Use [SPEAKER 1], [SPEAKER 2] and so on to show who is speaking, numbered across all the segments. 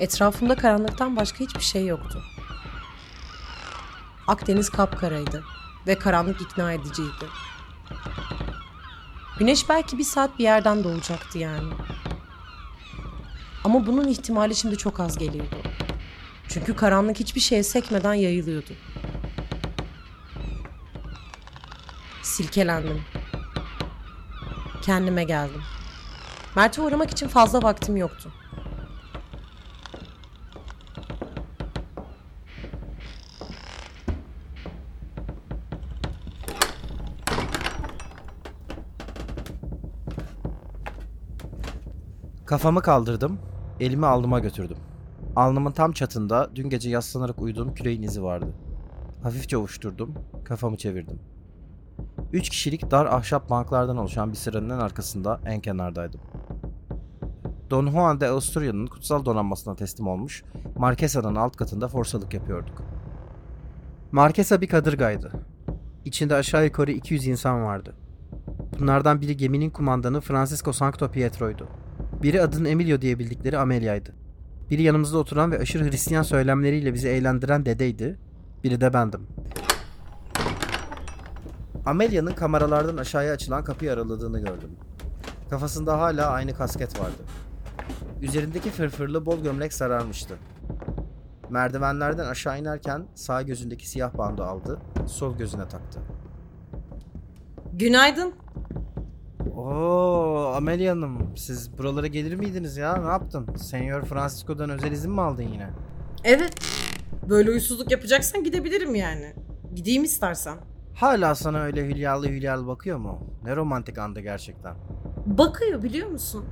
[SPEAKER 1] Etrafımda karanlıktan başka hiçbir şey yoktu. Akdeniz kapkaraydı ve karanlık ikna ediciydi. Güneş belki bir saat bir yerden doğacaktı yani. Ama bunun ihtimali şimdi çok az geliyordu. Çünkü karanlık hiçbir şeye sekmeden yayılıyordu. Silkelendim. Kendime geldim. Mert'i uğramak için fazla vaktim yoktu.
[SPEAKER 2] Kafamı kaldırdım, elimi alnıma götürdüm. Alnımın tam çatında dün gece yaslanarak uyuduğum küreğin izi vardı. Hafifçe ovuşturdum, kafamı çevirdim. Üç kişilik dar ahşap banklardan oluşan bir sıranın en arkasında en kenardaydım. Don Juan de Austuria'nın kutsal donanmasına teslim olmuş, Marquesa'nın alt katında forsalık yapıyorduk.
[SPEAKER 3] Markesa bir kadırgaydı. İçinde aşağı yukarı 200 insan vardı. Bunlardan biri geminin kumandanı Francisco Sancto Pietro'ydu. Biri adını Emilio diye bildikleri Amelia'ydı. Biri yanımızda oturan ve aşırı Hristiyan söylemleriyle bizi eğlendiren dedeydi. Biri de bendim.
[SPEAKER 2] Amelia'nın kameralardan aşağıya açılan kapıyı araladığını gördüm. Kafasında hala aynı kasket vardı. Üzerindeki fırfırlı bol gömlek sararmıştı. Merdivenlerden aşağı inerken sağ gözündeki siyah bandı aldı, sol gözüne taktı.
[SPEAKER 1] Günaydın.
[SPEAKER 3] Oo Amelia Hanım siz buralara gelir miydiniz ya? Ne yaptın? Senyor Francisco'dan özel izin mi aldın yine?
[SPEAKER 1] Evet. Böyle uysuzluk yapacaksan gidebilirim yani. Gideyim istersen.
[SPEAKER 3] Hala sana öyle hülyalı hülyalı bakıyor mu? Ne romantik anda gerçekten.
[SPEAKER 1] Bakıyor biliyor musun?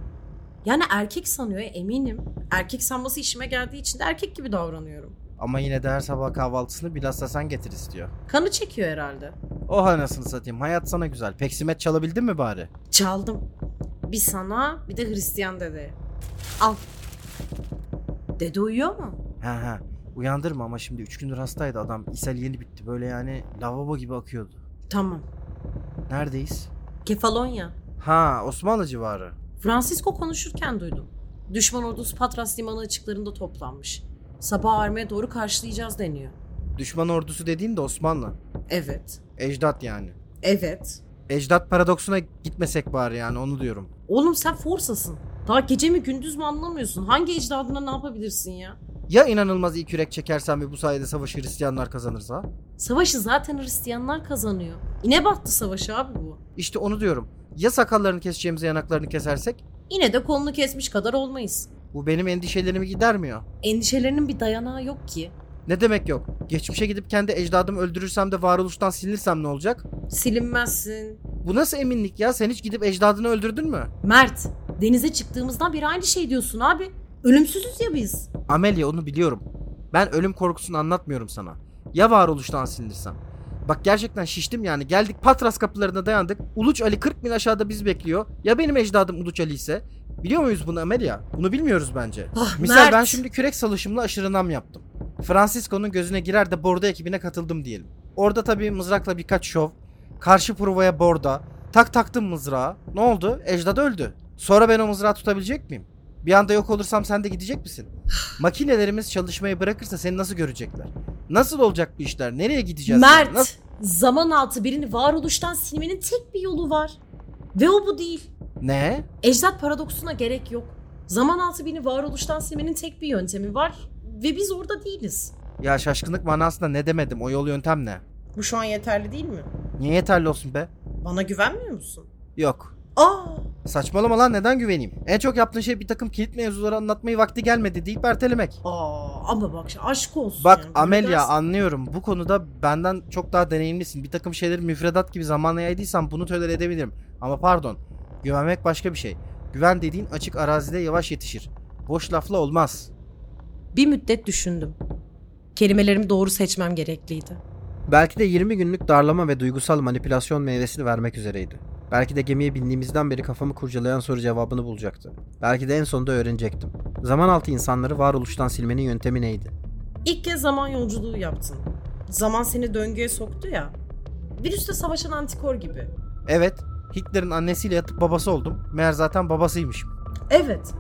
[SPEAKER 1] Yani erkek sanıyor eminim. Erkek sanması işime geldiği için de erkek gibi davranıyorum.
[SPEAKER 3] Ama yine de her sabah kahvaltısını bilhassa sen getir istiyor.
[SPEAKER 1] Kanı çekiyor herhalde.
[SPEAKER 3] Oh anasını satayım hayat sana güzel. Peksimet çalabildin mi bari?
[SPEAKER 1] Çaldım. Bir sana bir de Hristiyan dede. Al. Dede uyuyor mu?
[SPEAKER 3] He he uyandırma ama şimdi 3 gündür hastaydı adam. İshal yeni bitti böyle yani lavabo gibi akıyordu.
[SPEAKER 1] Tamam.
[SPEAKER 3] Neredeyiz?
[SPEAKER 1] Kefalonya.
[SPEAKER 3] Ha Osmanlı civarı.
[SPEAKER 1] Francisco konuşurken duydum. Düşman ordusu Patras limanı açıklarında toplanmış. Sabah armaya doğru karşılayacağız deniyor.
[SPEAKER 3] Düşman ordusu dediğin de Osmanlı.
[SPEAKER 1] Evet.
[SPEAKER 3] Ecdat yani.
[SPEAKER 1] Evet.
[SPEAKER 3] Ecdat paradoksuna gitmesek bari yani onu diyorum.
[SPEAKER 1] Oğlum sen forsasın. Daha gece mi gündüz mü anlamıyorsun. Hangi ecdadına ne yapabilirsin ya?
[SPEAKER 3] Ya inanılmaz iyi kürek çekersen ve bu sayede savaşı Hristiyanlar kazanırsa?
[SPEAKER 1] Savaşı zaten Hristiyanlar kazanıyor. İne battı savaşı abi bu.
[SPEAKER 3] İşte onu diyorum. Ya sakallarını keseceğimize yanaklarını kesersek?
[SPEAKER 1] Yine de kolunu kesmiş kadar olmayız.
[SPEAKER 3] Bu benim endişelerimi gidermiyor.
[SPEAKER 1] Endişelerinin bir dayanağı yok ki.
[SPEAKER 3] Ne demek yok? Geçmişe gidip kendi ecdadımı öldürürsem de varoluştan silinirsem ne olacak?
[SPEAKER 1] Silinmezsin.
[SPEAKER 3] Bu nasıl eminlik ya? Sen hiç gidip ecdadını öldürdün mü?
[SPEAKER 1] Mert, denize çıktığımızdan beri aynı şey diyorsun abi. Ölümsüzüz ya biz.
[SPEAKER 3] Amelia onu biliyorum. Ben ölüm korkusunu anlatmıyorum sana. Ya varoluştan silinirsem? Bak gerçekten şiştim yani. Geldik Patras kapılarına dayandık. Uluç Ali 40 bin aşağıda bizi bekliyor. Ya benim ecdadım Uluç Ali ise? Biliyor muyuz bunu Amelia? Bunu bilmiyoruz bence.
[SPEAKER 1] Ah
[SPEAKER 3] Misal
[SPEAKER 1] Mert.
[SPEAKER 3] ben şimdi kürek salışımla aşırı nam yaptım. Francisco'nun gözüne girer de Bordo ekibine katıldım diyelim. Orada tabii mızrakla birkaç şov. Karşı provaya Borda. Tak taktım mızrağı. Ne oldu? Ecdat öldü. Sonra ben o mızrağı tutabilecek miyim? Bir anda yok olursam sen de gidecek misin? Makinelerimiz çalışmayı bırakırsa seni nasıl görecekler? Nasıl olacak bu işler? Nereye gideceğiz?
[SPEAKER 1] Mert,
[SPEAKER 3] yani? Nasıl-
[SPEAKER 1] zaman altı birini varoluştan silmenin tek bir yolu var. Ve o bu değil.
[SPEAKER 3] Ne?
[SPEAKER 1] Ecdat paradoksuna gerek yok. Zaman altı birini varoluştan silmenin tek bir yöntemi var ve biz orada değiliz.
[SPEAKER 3] Ya şaşkınlık manasında ne demedim? O yol yöntem ne?
[SPEAKER 1] Bu şu an yeterli değil mi?
[SPEAKER 3] Niye yeterli olsun be?
[SPEAKER 1] Bana güvenmiyor musun?
[SPEAKER 3] Yok.
[SPEAKER 1] Aa,
[SPEAKER 3] Saçmalama lan neden güveneyim? En çok yaptığın şey bir takım kilit mevzuları anlatmayı vakti gelmedi deyip ertelemek.
[SPEAKER 1] aa ama bak aşk olsun.
[SPEAKER 3] Bak
[SPEAKER 1] yani. Bunu
[SPEAKER 3] Amelia
[SPEAKER 1] dersin.
[SPEAKER 3] anlıyorum bu konuda benden çok daha deneyimlisin. Bir takım şeyleri müfredat gibi zamana yaydıysan bunu tolere edebilirim. Ama pardon güvenmek başka bir şey. Güven dediğin açık arazide yavaş yetişir. Boş lafla olmaz.
[SPEAKER 1] Bir müddet düşündüm. Kelimelerimi doğru seçmem gerekliydi.
[SPEAKER 3] Belki de 20 günlük darlama ve duygusal manipülasyon meyvesini vermek üzereydi. Belki de gemiye bindiğimizden beri kafamı kurcalayan soru cevabını bulacaktı. Belki de en sonunda öğrenecektim. Zamanaltı insanları varoluştan silmenin yöntemi neydi?
[SPEAKER 1] İlk kez zaman yolculuğu yaptın. Zaman seni döngüye soktu ya. Virüsle savaşan antikor gibi.
[SPEAKER 3] Evet, Hitler'in annesiyle yatıp babası oldum. Meğer zaten babasıymışım.
[SPEAKER 1] Evet.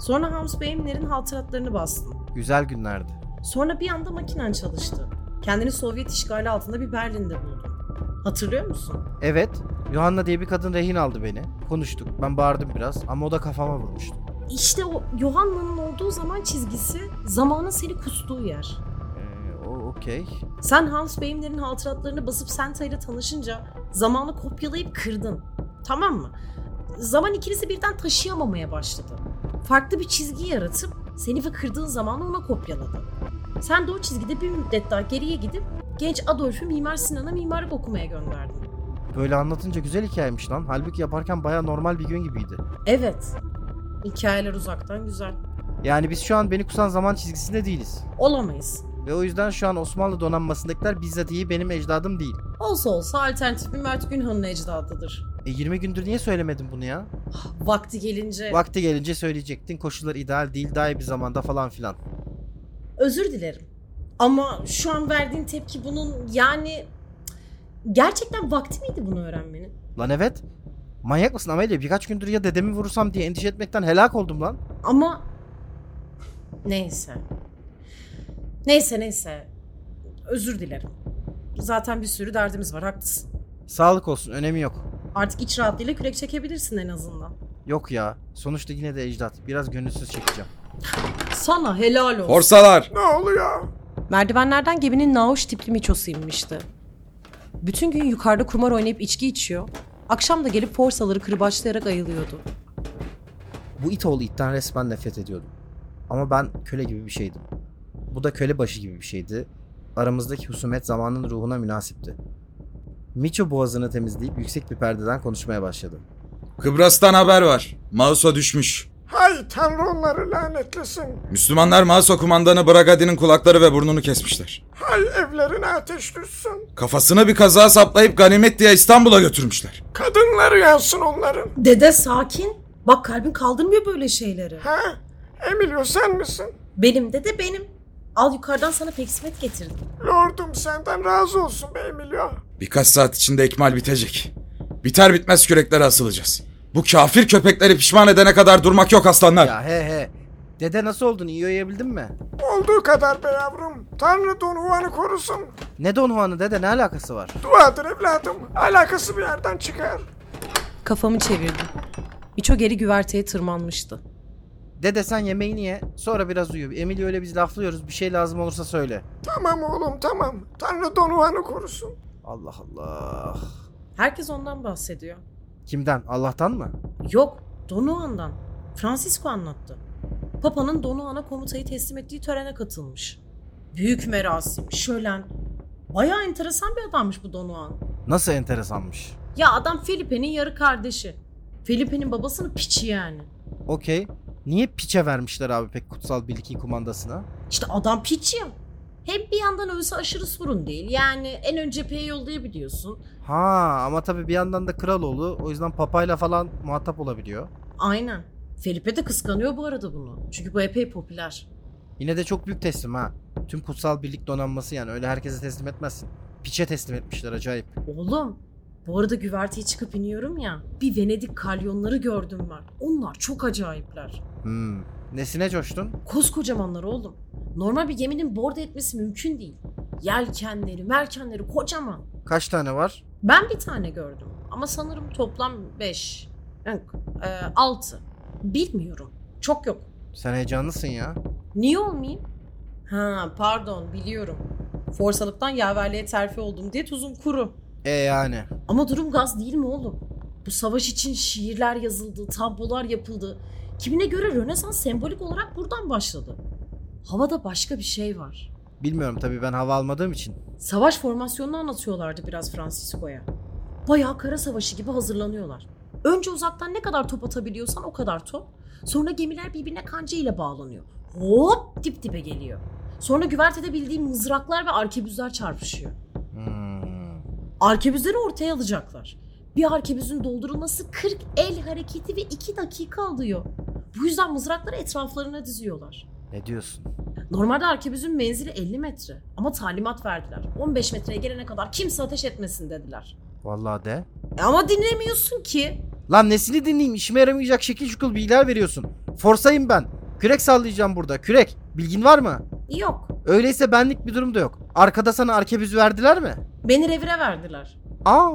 [SPEAKER 1] Sonra Hams Beyimlerin hatıratlarını bastın.
[SPEAKER 3] Güzel günlerdi.
[SPEAKER 1] Sonra bir anda makinen çalıştı. Kendini Sovyet işgali altında bir Berlin'de buldun. Hatırlıyor musun?
[SPEAKER 3] Evet, Johanna diye bir kadın rehin aldı beni. Konuştuk, ben bağırdım biraz ama o da kafama vurmuştu.
[SPEAKER 1] İşte o Johanna'nın olduğu zaman çizgisi zamanın seni kustuğu yer.
[SPEAKER 3] Ee, o okey.
[SPEAKER 1] Sen Hans Beyimlerin hatıratlarını basıp Senta ile tanışınca zamanı kopyalayıp kırdın. Tamam mı? Zaman ikinizi birden taşıyamamaya başladı. Farklı bir çizgi yaratıp seni ve kırdığın zamanı ona kopyaladı. Sen de o çizgide bir müddet daha geriye gidip genç Adolf'ü Mimar Sinan'a mimarlık okumaya gönderdin.
[SPEAKER 3] Böyle anlatınca güzel hikayeymiş lan. Halbuki yaparken baya normal bir gün gibiydi.
[SPEAKER 1] Evet. Hikayeler uzaktan güzel.
[SPEAKER 3] Yani biz şu an beni kusan zaman çizgisinde değiliz.
[SPEAKER 1] Olamayız.
[SPEAKER 3] Ve o yüzden şu an Osmanlı donanmasındakiler bizzat iyi benim ecdadım değil.
[SPEAKER 1] Olsa olsa alternatif bir Mert Günhan'ın ecdadıdır.
[SPEAKER 3] E 20 gündür niye söylemedin bunu ya?
[SPEAKER 1] Vakti gelince...
[SPEAKER 3] Vakti gelince söyleyecektin koşullar ideal değil daha iyi bir zamanda falan filan.
[SPEAKER 1] Özür dilerim. Ama şu an verdiğin tepki bunun yani... Gerçekten vakti miydi bunu öğrenmenin?
[SPEAKER 3] Lan evet. Manyak mısın Amelia? Birkaç gündür ya dedemi vurursam diye endişe etmekten helak oldum lan.
[SPEAKER 1] Ama... Neyse. Neyse neyse. Özür dilerim. Zaten bir sürü derdimiz var haklısın.
[SPEAKER 3] Sağlık olsun önemi yok.
[SPEAKER 1] Artık iç rahatlığıyla kürek çekebilirsin en azından.
[SPEAKER 3] Yok ya. Sonuçta yine de ecdat. Biraz gönülsüz çekeceğim.
[SPEAKER 1] Sana helal olsun.
[SPEAKER 4] Korsalar!
[SPEAKER 1] Merdivenlerden geminin naoş tipli miçosu inmişti. Bütün gün yukarıda kumar oynayıp içki içiyor, akşam da gelip forsaları kırbaçlayarak ayılıyordu.
[SPEAKER 3] Bu it oğlu itten resmen nefret ediyordum. Ama ben köle gibi bir şeydim. Bu da köle başı gibi bir şeydi. Aramızdaki husumet zamanın ruhuna münasipti. Miço boğazını temizleyip yüksek bir perdeden konuşmaya başladı.
[SPEAKER 4] Kıbrıs'tan haber var. Mauso düşmüş.
[SPEAKER 5] Hay Tanrı onları lanetlesin.
[SPEAKER 4] Müslümanlar Mauso kumandanı Bragadi'nin kulakları ve burnunu kesmişler.
[SPEAKER 5] Hay evlerine ateş düşsün.
[SPEAKER 4] Kafasına bir kaza saplayıp ganimet diye İstanbul'a götürmüşler.
[SPEAKER 5] Kadınları yansın onların.
[SPEAKER 1] Dede sakin. Bak kalbin kaldırmıyor böyle şeyleri.
[SPEAKER 5] Ha? Emilio sen misin?
[SPEAKER 1] Benim dede benim. Al yukarıdan sana peksimet getirdim.
[SPEAKER 5] Lordum senden razı olsun be Emilio.
[SPEAKER 4] Birkaç saat içinde ekmal bitecek. Biter bitmez küreklere asılacağız. Bu kafir köpekleri pişman edene kadar durmak yok aslanlar.
[SPEAKER 3] Ya he he. Dede nasıl oldun? İyi uyuyabildin mi?
[SPEAKER 5] Olduğu kadar be yavrum. Tanrı Don Juan'ı korusun.
[SPEAKER 3] Ne Don Juan'ı dede ne alakası var?
[SPEAKER 5] Duadır evladım. Alakası bir yerden çıkar.
[SPEAKER 1] Kafamı çevirdim. Miço geri güverteye tırmanmıştı.
[SPEAKER 3] Dede sen yemeğini ye. Sonra biraz uyu. Emilio öyle biz laflıyoruz. Bir şey lazım olursa söyle.
[SPEAKER 5] Tamam oğlum tamam. Tanrı Don Juan'ı korusun.
[SPEAKER 3] Allah Allah.
[SPEAKER 1] Herkes ondan bahsediyor.
[SPEAKER 3] Kimden? Allah'tan mı?
[SPEAKER 1] Yok, Donuan'dan. Francisco anlattı. Papa'nın Donuan'a komutayı teslim ettiği törene katılmış. Büyük merasim, şölen. Bayağı enteresan bir adammış bu Donuan.
[SPEAKER 3] Nasıl enteresanmış.
[SPEAKER 1] Ya adam Felipe'nin yarı kardeşi. Felipe'nin babasının piçi yani.
[SPEAKER 3] Okey. Niye piçe vermişler abi pek kutsal birlikin kumandasına?
[SPEAKER 1] İşte adam piç ya. Hem bir yandan ölse aşırı sorun değil. Yani en ön cepheye yollayabiliyorsun.
[SPEAKER 3] Ha ama tabii bir yandan da kral oğlu o yüzden papayla falan muhatap olabiliyor.
[SPEAKER 1] Aynen. Felipe de kıskanıyor bu arada bunu. Çünkü bu epey popüler.
[SPEAKER 3] Yine de çok büyük teslim ha. Tüm kutsal birlik donanması yani öyle herkese teslim etmezsin. Piçe teslim etmişler acayip.
[SPEAKER 1] Oğlum bu arada güverteye çıkıp iniyorum ya. Bir Venedik kalyonları gördüm ben. Onlar çok acayipler.
[SPEAKER 3] Hmm. Nesine coştun?
[SPEAKER 1] Koskocamanlar oğlum. Normal bir geminin borda etmesi mümkün değil. Yelkenleri, merkenleri kocaman.
[SPEAKER 3] Kaç tane var?
[SPEAKER 1] Ben bir tane gördüm ama sanırım toplam 5. Yok, 6. Bilmiyorum. Çok yok.
[SPEAKER 3] Sen heyecanlısın ya.
[SPEAKER 1] Niye olmayayım? Ha pardon biliyorum. Forsalıktan yaverliğe terfi oldum diye tuzum kuru.
[SPEAKER 3] E yani.
[SPEAKER 1] Ama durum gaz değil mi oğlum? Bu savaş için şiirler yazıldı, tablolar yapıldı. Kimine göre Rönesans sembolik olarak buradan başladı. Havada başka bir şey var.
[SPEAKER 3] Bilmiyorum tabii ben hava almadığım için.
[SPEAKER 1] Savaş formasyonunu anlatıyorlardı biraz Francisco'ya. Bayağı kara savaşı gibi hazırlanıyorlar. Önce uzaktan ne kadar top atabiliyorsan o kadar top. Sonra gemiler birbirine kanca ile bağlanıyor. Hop dip dibe geliyor. Sonra güvertede bildiğim mızraklar ve arkebüzler çarpışıyor.
[SPEAKER 3] Hmm.
[SPEAKER 1] Arkebüzleri ortaya alacaklar. Bir arkebüzün doldurulması 40 el hareketi ve 2 dakika alıyor. Bu yüzden mızrakları etraflarına diziyorlar.
[SPEAKER 3] Ne diyorsun?
[SPEAKER 1] Normalde arkebüzün menzili 50 metre ama talimat verdiler. 15 metreye gelene kadar kimse ateş etmesin dediler.
[SPEAKER 3] Vallahi de.
[SPEAKER 1] E ama dinlemiyorsun ki.
[SPEAKER 3] Lan nesini dinleyeyim işime yaramayacak şekil şukul bilgiler veriyorsun. Forsayım ben. Kürek sallayacağım burada kürek. Bilgin var mı?
[SPEAKER 1] Yok.
[SPEAKER 3] Öyleyse benlik bir durum da yok. Arkada sana arkebüzü verdiler mi?
[SPEAKER 1] Beni revire verdiler.
[SPEAKER 3] Aa.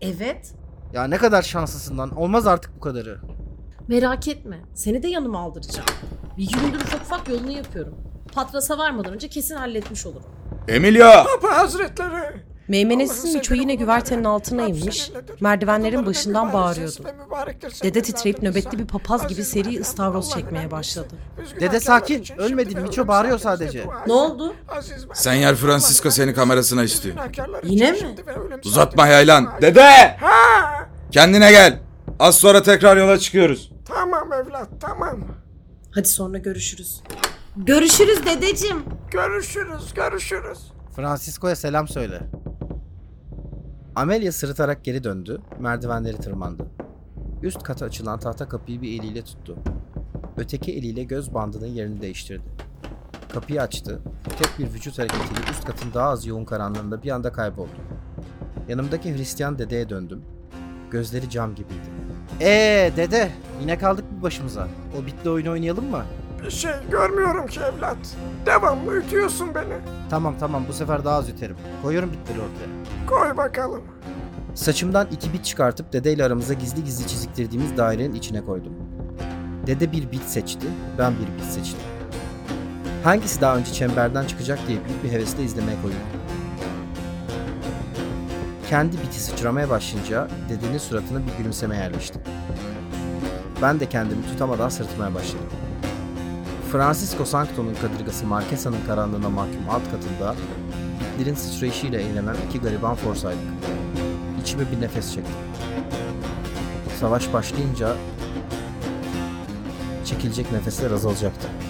[SPEAKER 1] Evet.
[SPEAKER 3] Ya ne kadar şanslısın lan. Olmaz artık bu kadarı.
[SPEAKER 1] Merak etme. Seni de yanıma aldıracağım. Bir gündür ufak ufak yolunu yapıyorum. Patrasa varmadan önce kesin halletmiş olurum.
[SPEAKER 4] Emilia!
[SPEAKER 5] Papa hazretleri.
[SPEAKER 6] Meymenesin
[SPEAKER 5] Allah'ın
[SPEAKER 6] Miço yine
[SPEAKER 5] sevgili
[SPEAKER 6] güvertenin
[SPEAKER 5] kulları,
[SPEAKER 6] altına inmiş,
[SPEAKER 5] hapsenedir.
[SPEAKER 6] merdivenlerin
[SPEAKER 5] Kullarının
[SPEAKER 6] başından
[SPEAKER 5] mübarek
[SPEAKER 6] bağırıyordu.
[SPEAKER 5] sesi ve mübarektir senin
[SPEAKER 1] Dede titreyip
[SPEAKER 5] evladın İsa.
[SPEAKER 1] nöbetli bir papaz gibi
[SPEAKER 5] Aziz
[SPEAKER 1] seri
[SPEAKER 5] Meryem,
[SPEAKER 1] ıstavroz
[SPEAKER 5] Allah
[SPEAKER 1] çekmeye
[SPEAKER 5] rahmet
[SPEAKER 1] başladı.
[SPEAKER 5] eylesin. Biz
[SPEAKER 3] Dede
[SPEAKER 5] günahkarlar
[SPEAKER 3] sakin,
[SPEAKER 5] için
[SPEAKER 3] ölmedin.
[SPEAKER 5] şimdi ve
[SPEAKER 3] Miço
[SPEAKER 5] ölüm
[SPEAKER 3] bağırıyor
[SPEAKER 5] saatinde
[SPEAKER 3] sadece.
[SPEAKER 5] dua
[SPEAKER 1] Ne
[SPEAKER 5] edin.
[SPEAKER 1] oldu?
[SPEAKER 5] Aziz Meryem,
[SPEAKER 4] Senyer Francisco
[SPEAKER 5] Allah
[SPEAKER 4] seni
[SPEAKER 5] rahmet eylesin.
[SPEAKER 4] kamerasına
[SPEAKER 5] Biz
[SPEAKER 4] istiyor.
[SPEAKER 5] günahkarlar
[SPEAKER 1] Yine
[SPEAKER 5] için
[SPEAKER 1] mi?
[SPEAKER 5] şimdi ve ölüm
[SPEAKER 4] Uzatma
[SPEAKER 5] saatinde
[SPEAKER 4] haylan.
[SPEAKER 5] dua edin.
[SPEAKER 4] Dede!
[SPEAKER 5] Ha!
[SPEAKER 4] Kendine gel. Az sonra tekrar yola çıkıyoruz.
[SPEAKER 5] Tamam evlat tamam.
[SPEAKER 1] Hadi sonra görüşürüz. Görüşürüz dedeciğim.
[SPEAKER 5] Görüşürüz görüşürüz.
[SPEAKER 3] Francisco'ya selam söyle. Amelia sırıtarak geri döndü, merdivenleri tırmandı. Üst kata açılan tahta kapıyı bir eliyle tuttu. Öteki eliyle göz bandının yerini değiştirdi. Kapıyı açtı, tek bir vücut hareketiyle üst katın daha az yoğun karanlığında bir anda kayboldu. Yanımdaki Hristiyan dedeye döndüm. Gözleri cam gibiydi. Ee dede, yine kaldık bir başımıza. O bitle oyun oynayalım mı?
[SPEAKER 5] Bir şey görmüyorum ki evlat. Devamlı ütüyorsun beni.
[SPEAKER 3] Tamam tamam bu sefer daha az öterim. Koyuyorum bitleri ortaya.
[SPEAKER 5] Koy bakalım.
[SPEAKER 3] Saçımdan iki bit çıkartıp dedeyle aramıza gizli gizli çiziktirdiğimiz dairenin içine koydum. Dede bir bit seçti, ben bir bit seçtim. Hangisi daha önce çemberden çıkacak diye büyük bir hevesle izlemeye koyuldum. Kendi biti sıçramaya başlayınca dedenin suratına bir gülümseme yerleşti. Ben de kendimi tutamadan sırıtmaya başladım. Francisco Sancto'nun kadırgası Marquesa'nın karanlığına mahkum alt katında bitlerin sıçrayışıyla eğlenen iki gariban forsaydık. İçime bir nefes çektim. Savaş başlayınca çekilecek nefesler azalacaktı.